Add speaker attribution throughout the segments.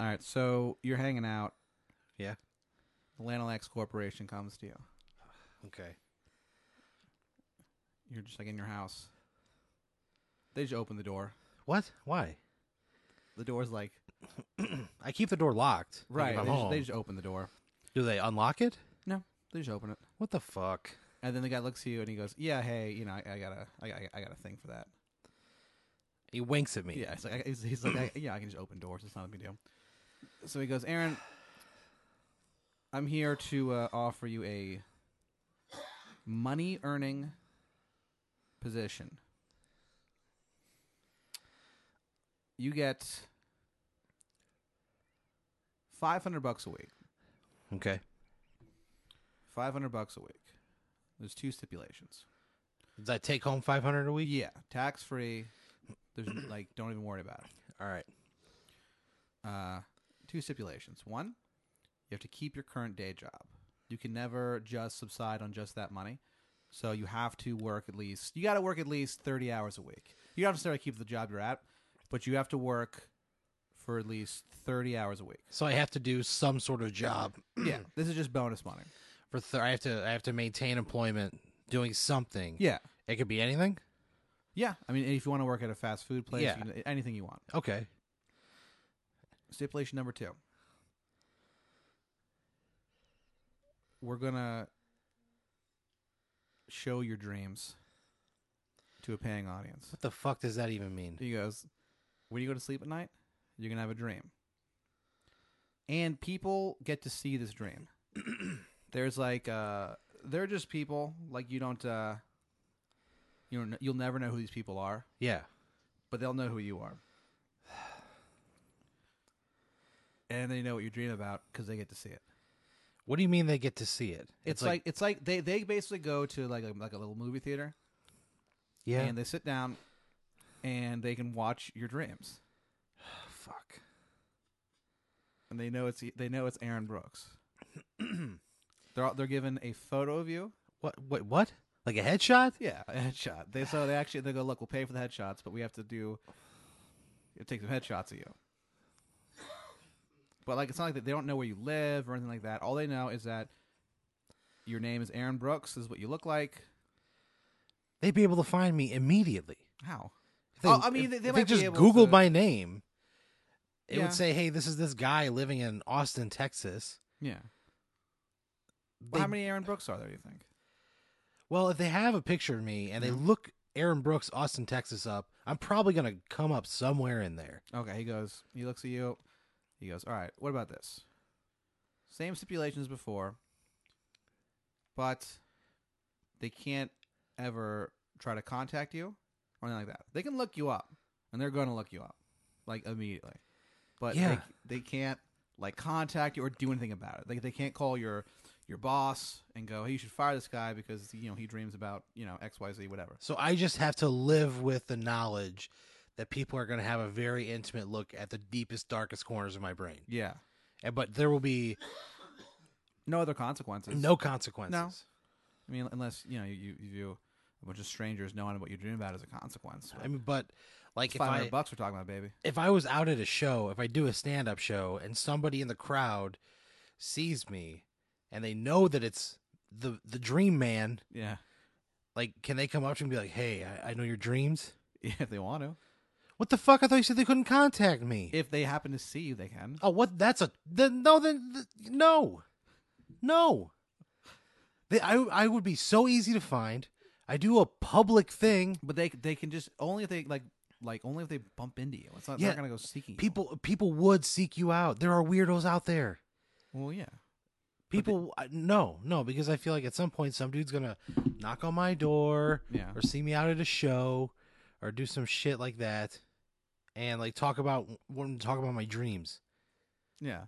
Speaker 1: All right, so you're hanging out.
Speaker 2: Yeah.
Speaker 1: The Lanalax Corporation comes to you.
Speaker 2: Okay.
Speaker 1: You're just like in your house. They just open the door.
Speaker 2: What? Why?
Speaker 1: The door's like
Speaker 2: I keep the door locked.
Speaker 1: right.
Speaker 2: like, if I'm
Speaker 1: They just,
Speaker 2: home.
Speaker 1: they just open the door.
Speaker 2: Do they unlock it?
Speaker 1: No, they just open it.
Speaker 2: What the fuck?
Speaker 1: And then the guy looks at you and he goes, "Yeah, hey, you know, I, I got a, I, I, I got a thing for that."
Speaker 2: He winks at me.
Speaker 1: Yeah, it's like I- he's, he's like, I, yeah, I can just open doors. It's not a big deal. So he goes, Aaron, I'm here to uh, offer you a money earning position. You get five hundred bucks a week.
Speaker 2: Okay.
Speaker 1: Five hundred bucks a week. There's two stipulations.
Speaker 2: Does I take home five hundred a week?
Speaker 1: Yeah, tax free. There's like, don't even worry about it.
Speaker 2: All right.
Speaker 1: uh, two stipulations. One, you have to keep your current day job. You can never just subside on just that money. So you have to work at least. You got to work at least thirty hours a week. You don't necessarily keep the job you're at, but you have to work for at least thirty hours a week.
Speaker 2: So I have to do some sort of job
Speaker 1: yeah, this is just bonus money.
Speaker 2: for. Th- I have to. I have to maintain employment, doing something.
Speaker 1: Yeah,
Speaker 2: It could be anything.
Speaker 1: yeah. I mean, if you want to work at a fast food place,
Speaker 2: Yeah.
Speaker 1: you can, anything you want.
Speaker 2: Okay.
Speaker 1: Stipulation number two. We're gonna show your dreams to a paying audience.
Speaker 2: What the fuck does that even mean?
Speaker 1: He goes, When you go to sleep at night, you're gonna have a dream. And people get to see this dream. There's like uh they're just people, like you don't uh you know you'll never know who these people are
Speaker 2: Yeah.
Speaker 1: but they'll know who you are. And they know what you dream about because they get to see it.
Speaker 2: What do you mean they get to see it?
Speaker 1: It's, like, it's like they, they basically go to like a, like a little movie theater
Speaker 2: yeah.
Speaker 1: and they sit down and they can watch your dreams
Speaker 2: fuck.
Speaker 1: and they know it's they know it's Aaron Brooks. they're all- they're given a photo of you.
Speaker 2: What? What? What? Like a headshot?
Speaker 1: Yeah, a headshot. They so they actually they go look, we'll pay for the headshots, but we have to do you take some headshots of you. But like it's not like that they don't know where you live or anything like that. All they know is that your name is Aaron Brooks, this is what you look like.
Speaker 2: They'd be able to find me immediately.
Speaker 1: How?
Speaker 2: If they,
Speaker 1: Oh, I mean,
Speaker 2: if-
Speaker 1: they- they
Speaker 2: if
Speaker 1: might be
Speaker 2: just
Speaker 1: able
Speaker 2: Googled
Speaker 1: to-
Speaker 2: my name. It
Speaker 1: Yeah.
Speaker 2: would say, "Hey, this is this guy living in Austin, Texas."
Speaker 1: Yeah. Well, how
Speaker 2: They-
Speaker 1: many Aaron Brooks are there, you think?
Speaker 2: Well, if they have a picture of me and they
Speaker 1: Mm-hmm.
Speaker 2: look Aaron Brooks, Austin, Texas up, I'm probably gonna come up somewhere in there.
Speaker 1: Okay, he goes he looks at you, he goes, All right, what about this? Same stipulations before, but they can't ever try to contact you or anything like that. They can look you up, and they're going to look you up like immediately, but
Speaker 2: Yeah.
Speaker 1: they, they can't like contact you or do anything about it. Like they can't call your your boss and go, "Hey, you should fire this guy because you know he dreams about you know X, Y, Z, whatever."
Speaker 2: So I just have to live with the knowledge that people are gonna have a very intimate look at the deepest, darkest corners of my brain,
Speaker 1: Yeah,
Speaker 2: and, but there will be
Speaker 1: no other consequences.
Speaker 2: no consequences.
Speaker 1: I mean, unless you know you, you view a bunch of strangers knowing what you dream about as a consequence.
Speaker 2: I mean, but like if
Speaker 1: Five
Speaker 2: I
Speaker 1: hundred bucks we're talking about, baby.
Speaker 2: if I was out at a show, if I do a stand up show and somebody in the crowd sees me and they know that it's the the dream man,
Speaker 1: Yeah,
Speaker 2: like can they come up to me and be like, Hey, I, I know your dreams?
Speaker 1: yeah, if they want to.
Speaker 2: What the fuck? I thought you said they couldn't contact me.
Speaker 1: If they happen to see you, they can.
Speaker 2: oh what that's a then no then th- no. No. They, I I would be so easy to find. I do a public thing.
Speaker 1: But they they can just only if they like like only if they bump into you. It's not
Speaker 2: Yeah.
Speaker 1: they're not gonna go seeking you.
Speaker 2: People people would seek you out. There are weirdos out there.
Speaker 1: Well, yeah, But the-
Speaker 2: People, I- no, no, because I feel like at some point some dude's gonna knock on my door
Speaker 1: yeah.
Speaker 2: or see me out at a show or do some shit like that, and like talk about want to talk about my dreams.
Speaker 1: Yeah.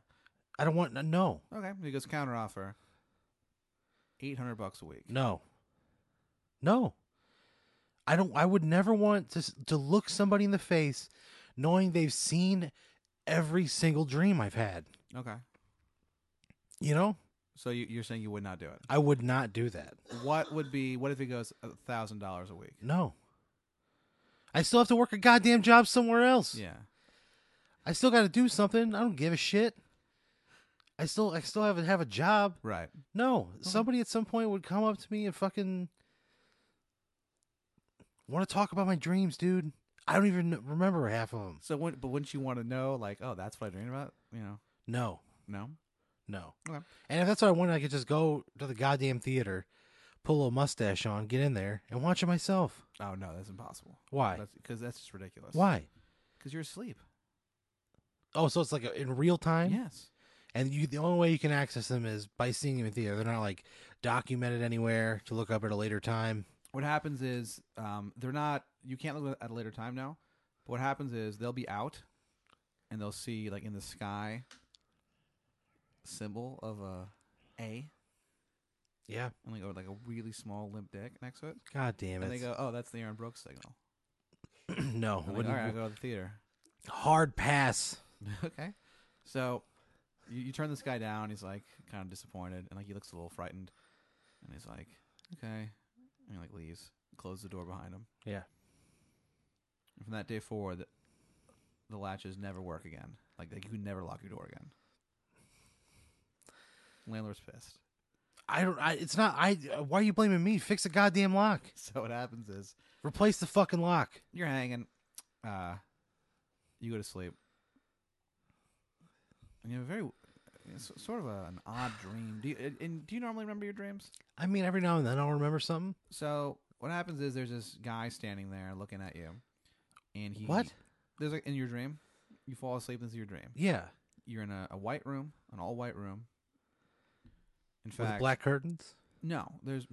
Speaker 2: I don't want no,
Speaker 1: Okay. He goes counter offer. Eight hundred bucks a week.
Speaker 2: no, no. I don't. I would never want to s- to look somebody in the face, knowing they've seen every single dream I've had.
Speaker 1: Okay.
Speaker 2: You know,
Speaker 1: So you, you're saying you would not do it.
Speaker 2: I would not do that.
Speaker 1: What would be? What if he goes a thousand dollars a week?
Speaker 2: No. I still have to work a goddamn job somewhere else.
Speaker 1: Yeah.
Speaker 2: I still got to do something. I don't give a shit. I still I still haven't have a job.
Speaker 1: Right.
Speaker 2: No, somebody at some point would come up to me and fucking want to talk about my dreams, dude. I don't even kn- remember half of them.
Speaker 1: So, when, but wouldn't you want to know, like, oh, that's what I dreamed about? You know,
Speaker 2: No,
Speaker 1: no.
Speaker 2: no.
Speaker 1: Okay.
Speaker 2: And if that's what I wanted, I could just go to the goddamn theater, pull a mustache on, get in there, and watch it myself.
Speaker 1: Oh no, that's impossible.
Speaker 2: Why?
Speaker 1: Because that's, just ridiculous.
Speaker 2: Why?
Speaker 1: Because you're asleep.
Speaker 2: Oh, so it's like a, in real time,
Speaker 1: Yes.
Speaker 2: and you the only way you can access them is by seeing them in theater. They're not like documented anywhere to look up at a later time.
Speaker 1: What happens is um, they're not. You can't look at a later time now. But what happens is they'll be out, and they'll see like in the sky symbol of a A,
Speaker 2: Yeah.
Speaker 1: and like or like a really small limp dick next to it,
Speaker 2: God damn
Speaker 1: and they
Speaker 2: it.
Speaker 1: go, "Oh, that's the Aaron Brooks signal."
Speaker 2: no,
Speaker 1: I'm like,
Speaker 2: wouldn't-
Speaker 1: All right, I go to the theater.
Speaker 2: hard pass.
Speaker 1: okay. So you, you turn this guy down. He's like kind of disappointed, and like he looks a little frightened, and he's like, "Okay," and he like leaves, closes the door behind him.
Speaker 2: Yeah.
Speaker 1: And from that day forward, the, the latches never work again. Like, like you can never lock your door again. Landlord's pissed.
Speaker 2: I don't. I, it's not. I. uh, Why are you blaming me? Fix the goddamn lock.
Speaker 1: So what happens is
Speaker 2: Replace the fucking lock.
Speaker 1: you're hanging, uh, you go to sleep, and you have a very it's sort of a, an odd dream. Do you, and- and do you normally remember your dreams?
Speaker 2: I mean, every now and then I'll remember something.
Speaker 1: So what happens is there's this guy standing there looking at you, and he
Speaker 2: What?
Speaker 1: There's like in your dream, you fall asleep into your dream.
Speaker 2: Yeah.
Speaker 1: You're in a, a white room, an all white room. In
Speaker 2: With the
Speaker 1: fact,
Speaker 2: black curtains.
Speaker 1: no, there's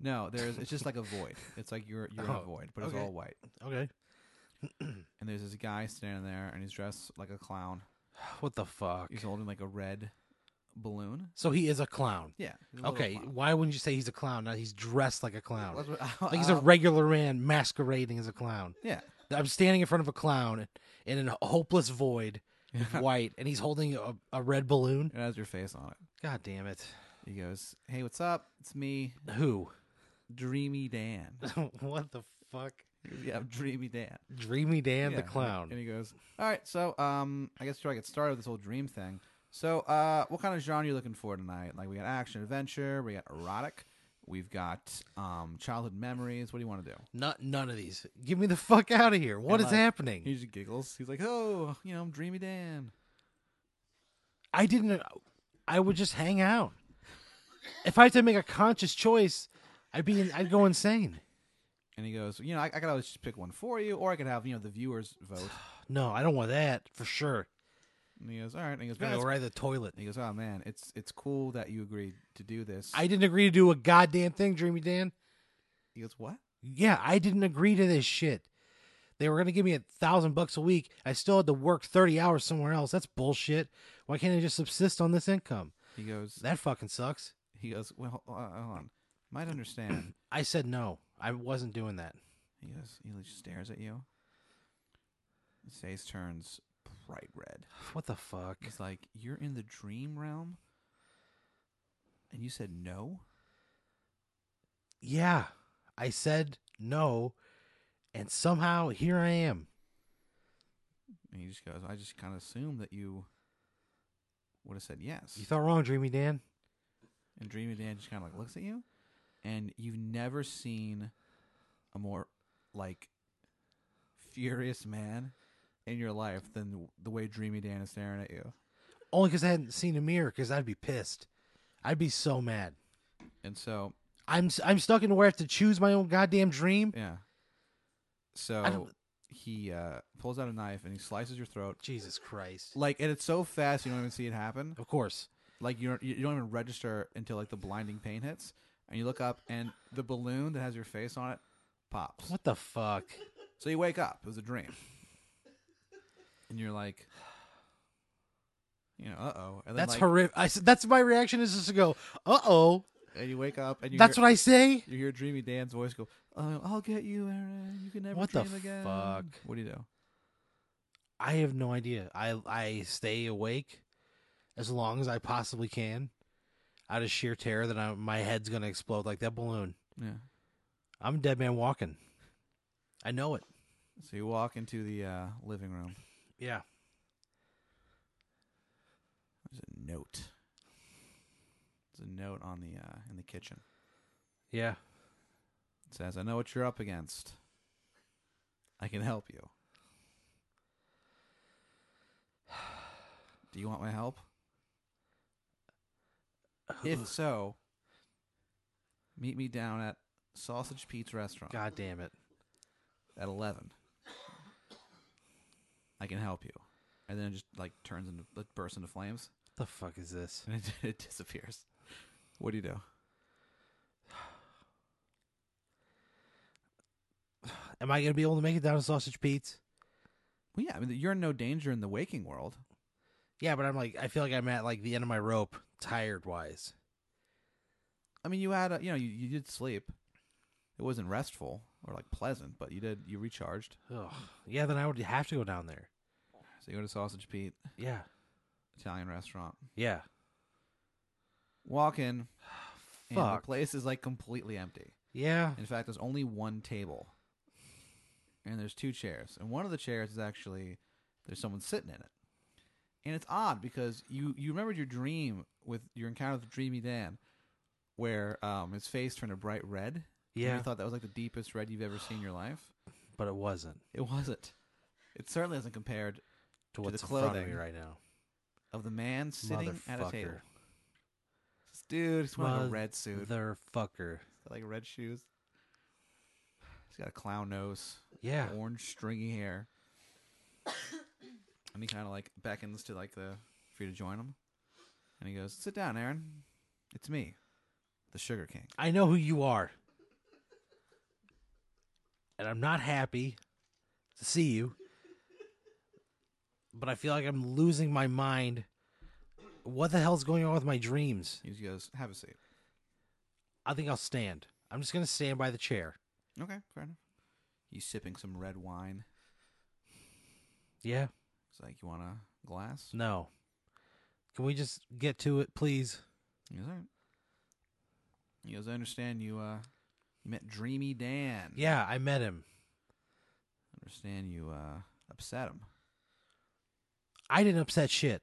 Speaker 1: no, there's it's just like a void. It's like you're you're in a
Speaker 2: Oh,
Speaker 1: void, but it's
Speaker 2: okay.
Speaker 1: all white.
Speaker 2: Okay.
Speaker 1: And there's this guy standing there, and he's dressed like a clown.
Speaker 2: What the fuck?
Speaker 1: He's holding like a red balloon.
Speaker 2: So he is a clown.
Speaker 1: Yeah. he's a little
Speaker 2: Okay.
Speaker 1: clown.
Speaker 2: Why wouldn't you say he's a clown? Now he's dressed like a clown.
Speaker 1: That's what-
Speaker 2: Like he's a
Speaker 1: uh,
Speaker 2: regular man masquerading as a clown.
Speaker 1: yeah.
Speaker 2: I'm standing in front of a clown in a hopeless void,
Speaker 1: yeah.
Speaker 2: white, and he's holding a, a red balloon.
Speaker 1: It has your face on it.
Speaker 2: God damn it.
Speaker 1: He goes, "Hey, what's up? It's me,
Speaker 2: Who?
Speaker 1: Dreamy Dan.
Speaker 2: what the fuck?
Speaker 1: He goes, yeah, I'm Dreamy Dan.
Speaker 2: Dreamy Dan
Speaker 1: Yeah.
Speaker 2: the clown.
Speaker 1: And he goes, All right, so um I guess before I get started with this whole dream thing. So uh what kind of genre are you looking for tonight? Like we got action adventure, we got erotic, we've got um childhood memories. What do you want to do?
Speaker 2: Not none of these. Give me the fuck out of here. What
Speaker 1: And,
Speaker 2: is
Speaker 1: like,
Speaker 2: happening?
Speaker 1: He just giggles. He's like, Oh, you know, I'm Dreamy Dan.
Speaker 2: I didn't. I would just hang out. If I had to make a conscious choice, I'd be. I'd go insane.
Speaker 1: And he goes, You know, I, I could always just pick one for you, or I could have, you know, the viewers vote.
Speaker 2: No, I don't want that for sure.
Speaker 1: And he goes, All right, and he goes,
Speaker 2: I'm
Speaker 1: "Yeah,
Speaker 2: gonna go
Speaker 1: that's-"
Speaker 2: right to the toilet.
Speaker 1: and he goes, Oh man, it's it's cool that you agreed to do this.
Speaker 2: I didn't agree to do a goddamn thing, Dreamy Dan.
Speaker 1: he goes, What?
Speaker 2: Yeah, I didn't agree to this shit. They were gonna give me a thousand bucks a week. I still had to work thirty hours somewhere else. That's bullshit. Why can't I just subsist on this income?
Speaker 1: He goes
Speaker 2: That fucking sucks.
Speaker 1: He goes, well, uh, hold on. Might understand.
Speaker 2: I said no. I wasn't doing that.
Speaker 1: he goes, he just stares at you. His face turns bright red.
Speaker 2: What the fuck?
Speaker 1: He's like, you're in the dream realm? And you said no?
Speaker 2: yeah, I said no, and somehow here I am.
Speaker 1: And he just goes, I just kind of assumed that you would have said yes.
Speaker 2: You thought wrong, Dreamy Dan.
Speaker 1: and Dreamy Dan just kind of like looks at you. And you've never seen a more, like, furious man in your life than the way Dreamy Dan is staring at you.
Speaker 2: Only because I hadn't seen a mirror, because I'd be pissed. I'd be so mad.
Speaker 1: And so
Speaker 2: I'm s- I'm stuck in where I have to choose my own goddamn dream.
Speaker 1: Yeah. So
Speaker 2: don't-
Speaker 1: he uh, pulls out a knife and he slices your throat.
Speaker 2: Jesus Christ.
Speaker 1: Like, and it's so fast you don't even see it happen.
Speaker 2: Of course.
Speaker 1: Like, you don't, you don't even register until like the blinding pain hits, and you look up and the balloon that has your face on it pops.
Speaker 2: What the fuck?
Speaker 1: So you wake up. It was a dream, and you're like, you know, uh oh. And then,
Speaker 2: That's
Speaker 1: like,
Speaker 2: horrific. I, s- that's my reaction is just to go, uh oh.
Speaker 1: And you wake up and you
Speaker 2: That's
Speaker 1: hear,
Speaker 2: what I say.
Speaker 1: you hear Dreamy Dan's voice go, oh, "I'll get you, Aaron. You can never
Speaker 2: What the
Speaker 1: dream again."
Speaker 2: fuck?
Speaker 1: What do you do?
Speaker 2: I have no idea. I I stay awake as long as I possibly can, out of sheer terror that I, my head's gonna explode like that balloon.
Speaker 1: Yeah.
Speaker 2: I'm a dead man walking. I know it.
Speaker 1: So you walk into the uh, living room.
Speaker 2: Yeah.
Speaker 1: note. There's a note on the uh, in the kitchen.
Speaker 2: Yeah.
Speaker 1: It says, "I know what you're up against. I can help you. Do you want my help? If so, meet me down at Sausage Pete's restaurant
Speaker 2: God damn it.
Speaker 1: at 11. I can help you." And then it just like turns into like bursts into flames
Speaker 2: The fuck is this?
Speaker 1: and it, it disappears. What do you do?
Speaker 2: Am I gonna be able to make it down to Sausage Pete's?
Speaker 1: Well, yeah, I mean, you're in no danger in the waking world.
Speaker 2: Yeah, but I'm like, I feel like I'm at like the end of my rope, tired wise.
Speaker 1: I mean, you had a, you know you, you did sleep. It wasn't restful or like pleasant, but you did you recharged.
Speaker 2: Ugh. Yeah, then I would have to go down there.
Speaker 1: So you go to Sausage Pete
Speaker 2: Yeah.
Speaker 1: Italian restaurant.
Speaker 2: Yeah.
Speaker 1: Walk in, and the
Speaker 2: Fuck.
Speaker 1: place is like completely empty.
Speaker 2: Yeah.
Speaker 1: In fact, there's only one table, and there's two chairs, and one of the chairs is actually there's someone sitting in it. And it's odd because you you remembered your dream with your encounter with Dreamy Dan, where um his face turned a bright red. and
Speaker 2: Yeah.
Speaker 1: you thought that was like the deepest red you've ever seen in your life.
Speaker 2: But it wasn't.
Speaker 1: It wasn't. It certainly hasn't compared
Speaker 2: To
Speaker 1: the
Speaker 2: what's in front of me
Speaker 1: clothing.
Speaker 2: right now.
Speaker 1: of the man sitting at a table.
Speaker 2: Motherfucker.
Speaker 1: This dude, he's wearing like a
Speaker 2: Mother-
Speaker 1: red suit,
Speaker 2: Motherfucker.
Speaker 1: like red shoes. He's got a clown nose,
Speaker 2: Yeah.
Speaker 1: orange stringy hair, and he kind of like beckons to like the for you to join him, and he goes, "Sit down, Aaron. It's me, the Sugar King."
Speaker 2: I know who you are. And I'm not happy to see you. But I feel like I'm losing my mind. What the hell's going on with my dreams?
Speaker 1: He goes, "Have a seat."
Speaker 2: I think I'll stand. I'm just going to stand by the chair.
Speaker 1: Okay, fair enough. He's sipping some red wine.
Speaker 2: Yeah.
Speaker 1: He's like, "You want a glass?"
Speaker 2: No. Can we just get to it, please?
Speaker 1: He goes, "All right." He goes, I understand you uh you met Dreamy Dan.
Speaker 2: Yeah, I met him.
Speaker 1: I understand you uh upset him.
Speaker 2: I didn't upset shit.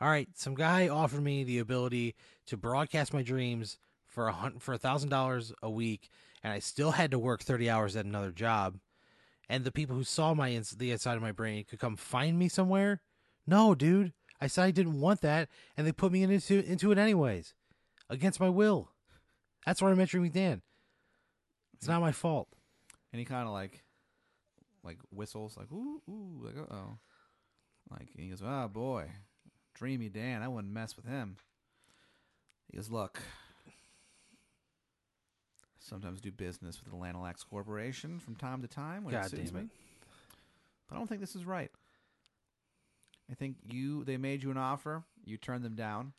Speaker 2: All right, some guy offered me the ability to broadcast my dreams for a hun- for a thousand dollars a week, and I still had to work thirty hours at another job. And the people who saw my ins- the inside of my brain could come find me somewhere. No, dude, I said I didn't want that, and they put me into into it anyways, against my will. That's why I met Dreamy Dan. It's not my fault.
Speaker 1: And he kinda like like whistles like ooh ooh like uh oh. Like and he goes, Oh boy, Dreamy Dan, I wouldn't mess with him. He goes, Look. Sometimes do business with the Lanalax Corporation from time to time when
Speaker 2: God
Speaker 1: it suits
Speaker 2: damn it.
Speaker 1: me. But I don't think this is right. I think you they made you an offer, you turned them down.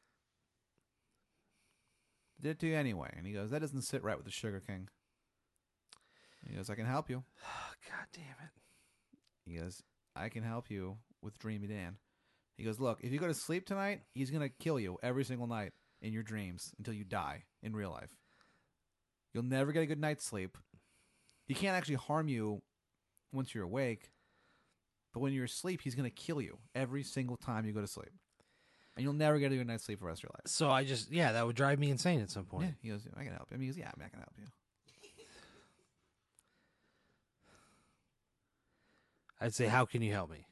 Speaker 1: Did it to you anyway. And he goes, That doesn't sit right with the Sugar King. He goes, I can help you.
Speaker 2: God damn it.
Speaker 1: He goes, I can help you with Dreamy Dan. He goes, Look, if you go to sleep tonight, he's gonna kill you every single night in your dreams until you die in real life. You'll never get a good night's sleep. He can't actually harm you once you're awake, but when you're asleep, he's gonna kill you every single time you go to sleep. And you'll never get a good night's sleep for the rest of your life.
Speaker 2: So I just yeah, that would drive me insane at some point.
Speaker 1: Yeah. He goes, I can help you. I mean, he goes, Yeah, I, mean, I can help you.
Speaker 2: I'd say, how can you help me?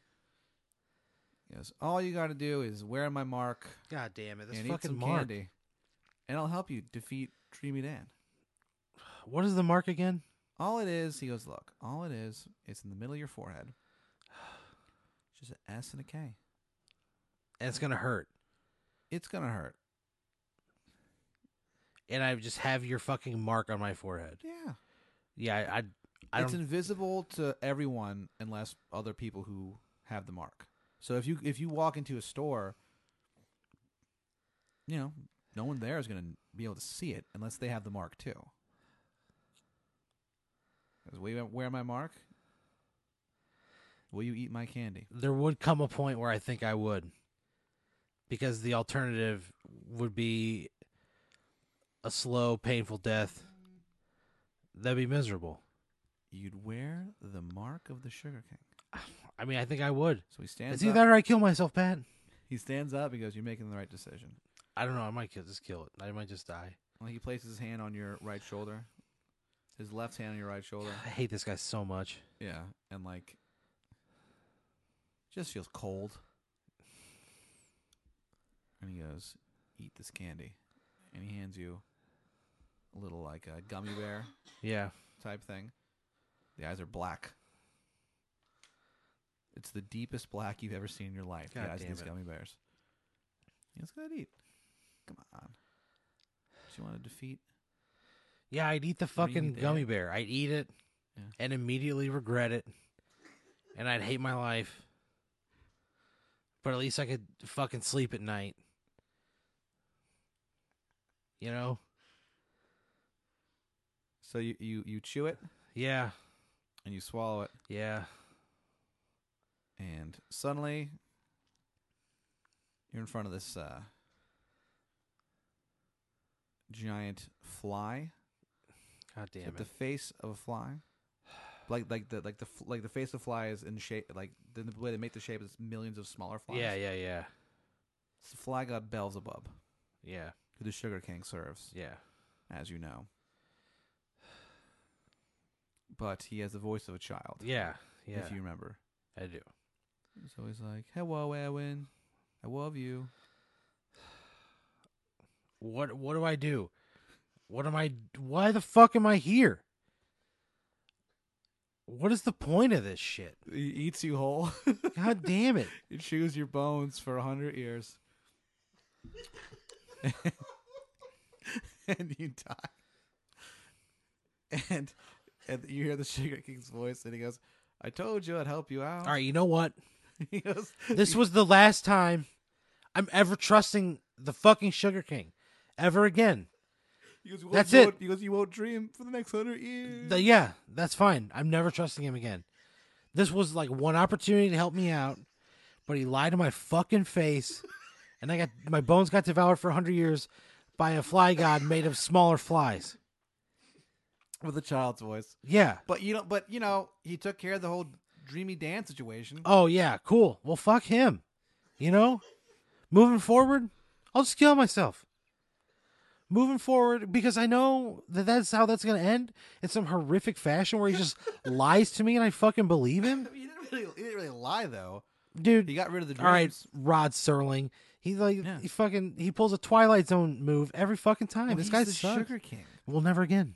Speaker 1: He goes, All you gotta do is wear my mark
Speaker 2: God damn it! This
Speaker 1: and eat
Speaker 2: fucking
Speaker 1: some
Speaker 2: mark.
Speaker 1: candy. And I'll help you defeat Dreamy Dan.
Speaker 2: What is the mark again?
Speaker 1: All it is, he goes, look, all it is, it's in the middle of your forehead. It's Just an S and a K.
Speaker 2: And it's gonna hurt.
Speaker 1: It's gonna hurt.
Speaker 2: And I just have your fucking mark on my forehead.
Speaker 1: Yeah.
Speaker 2: Yeah, I, I, I
Speaker 1: it's
Speaker 2: don't.
Speaker 1: invisible to everyone unless other people who have the mark. So if you if you walk into a store, you know, no one there is gonna be able to see it unless they have the mark too. He Goes, will you wear my mark? Will you eat my candy?
Speaker 2: there would come a point where I think I would, because the alternative would be a slow, painful death. That'd be miserable.
Speaker 1: You'd wear the mark of the sugar king.
Speaker 2: I mean, I think I would.
Speaker 1: So he stands
Speaker 2: It's
Speaker 1: up.
Speaker 2: either that or I kill myself, Pat.
Speaker 1: He stands up. He goes, "You're making the right decision."
Speaker 2: I don't know. I might kill, just kill it. I might just die.
Speaker 1: Well, he places his hand on your right shoulder, his left hand on your right shoulder.
Speaker 2: I hate this guy so much.
Speaker 1: Yeah, and like, just feels cold. And he goes, "Eat this candy," and he hands you a little like a gummy bear
Speaker 2: Yeah.
Speaker 1: type thing. The eyes are black. It's the deepest black you've ever seen in your life.
Speaker 2: God
Speaker 1: the eyes of
Speaker 2: damn
Speaker 1: these
Speaker 2: it.
Speaker 1: gummy bears. Yeah, Let's go ahead and eat. Come on. Do you want to defeat?
Speaker 2: Yeah, I'd eat the
Speaker 1: What do you
Speaker 2: fucking
Speaker 1: eat
Speaker 2: gummy bear. I'd eat it
Speaker 1: Yeah.
Speaker 2: and immediately regret it. And I'd hate my life. But at least I could fucking sleep at night. You know?
Speaker 1: So you, you, you chew it
Speaker 2: Yeah.
Speaker 1: and you swallow it,
Speaker 2: Yeah.
Speaker 1: and suddenly you're in front of this uh, giant fly.
Speaker 2: God damn
Speaker 1: It's got
Speaker 2: it.
Speaker 1: the face of a fly, like like the like the f- like the face of a fly is in shape. Like the, the way they make the shape is millions of smaller flies.
Speaker 2: yeah, yeah, yeah.
Speaker 1: It's the fly god Beelzebub,
Speaker 2: Yeah.
Speaker 1: who the sugar king serves,
Speaker 2: Yeah.
Speaker 1: as you know. But he has the voice of a child,
Speaker 2: Yeah. Yeah.
Speaker 1: if you remember.
Speaker 2: I do.
Speaker 1: So he's like, "Hello, Erwin, I love you."
Speaker 2: What what do I do? What am I why the fuck am I here? What is the point of this shit?
Speaker 1: He eats you whole.
Speaker 2: God damn it.
Speaker 1: he chews your bones for a hundred years, and you die. And and you hear the sugar king's voice, and he goes, "I told you I'd help you out."
Speaker 2: All right, you know what?
Speaker 1: he goes,
Speaker 2: This was the last time I'm ever trusting the fucking Sugar King ever again.
Speaker 1: he goes, "You won't-
Speaker 2: That's
Speaker 1: you
Speaker 2: it.
Speaker 1: won't- He goes, "You won't dream for the next hundred years."
Speaker 2: The- yeah, that's fine. I'm never trusting him again. This was like one opportunity to help me out, but he lied to my fucking face, and I got my bones got devoured for 100 years by a fly god made of smaller flies.
Speaker 1: with a child's voice.
Speaker 2: Yeah.
Speaker 1: But you know, but you know, he took care of the whole dreamy dance situation.
Speaker 2: Oh yeah, cool. Well, fuck him. You know, moving forward, I'll just kill myself. Moving forward, because I know that that's how that's gonna end in some horrific fashion where he just lies to me and I fucking believe him,
Speaker 1: He didn't really, he didn't really lie though. He
Speaker 2: dude.
Speaker 1: got rid of the dreams.
Speaker 2: All right, Rod Serling. He's like
Speaker 1: Yeah.
Speaker 2: he fucking he pulls a Twilight Zone move every fucking time.
Speaker 1: Well,
Speaker 2: this
Speaker 1: he's
Speaker 2: guy's
Speaker 1: the
Speaker 2: sucks.
Speaker 1: sugar king.
Speaker 2: Well, never again.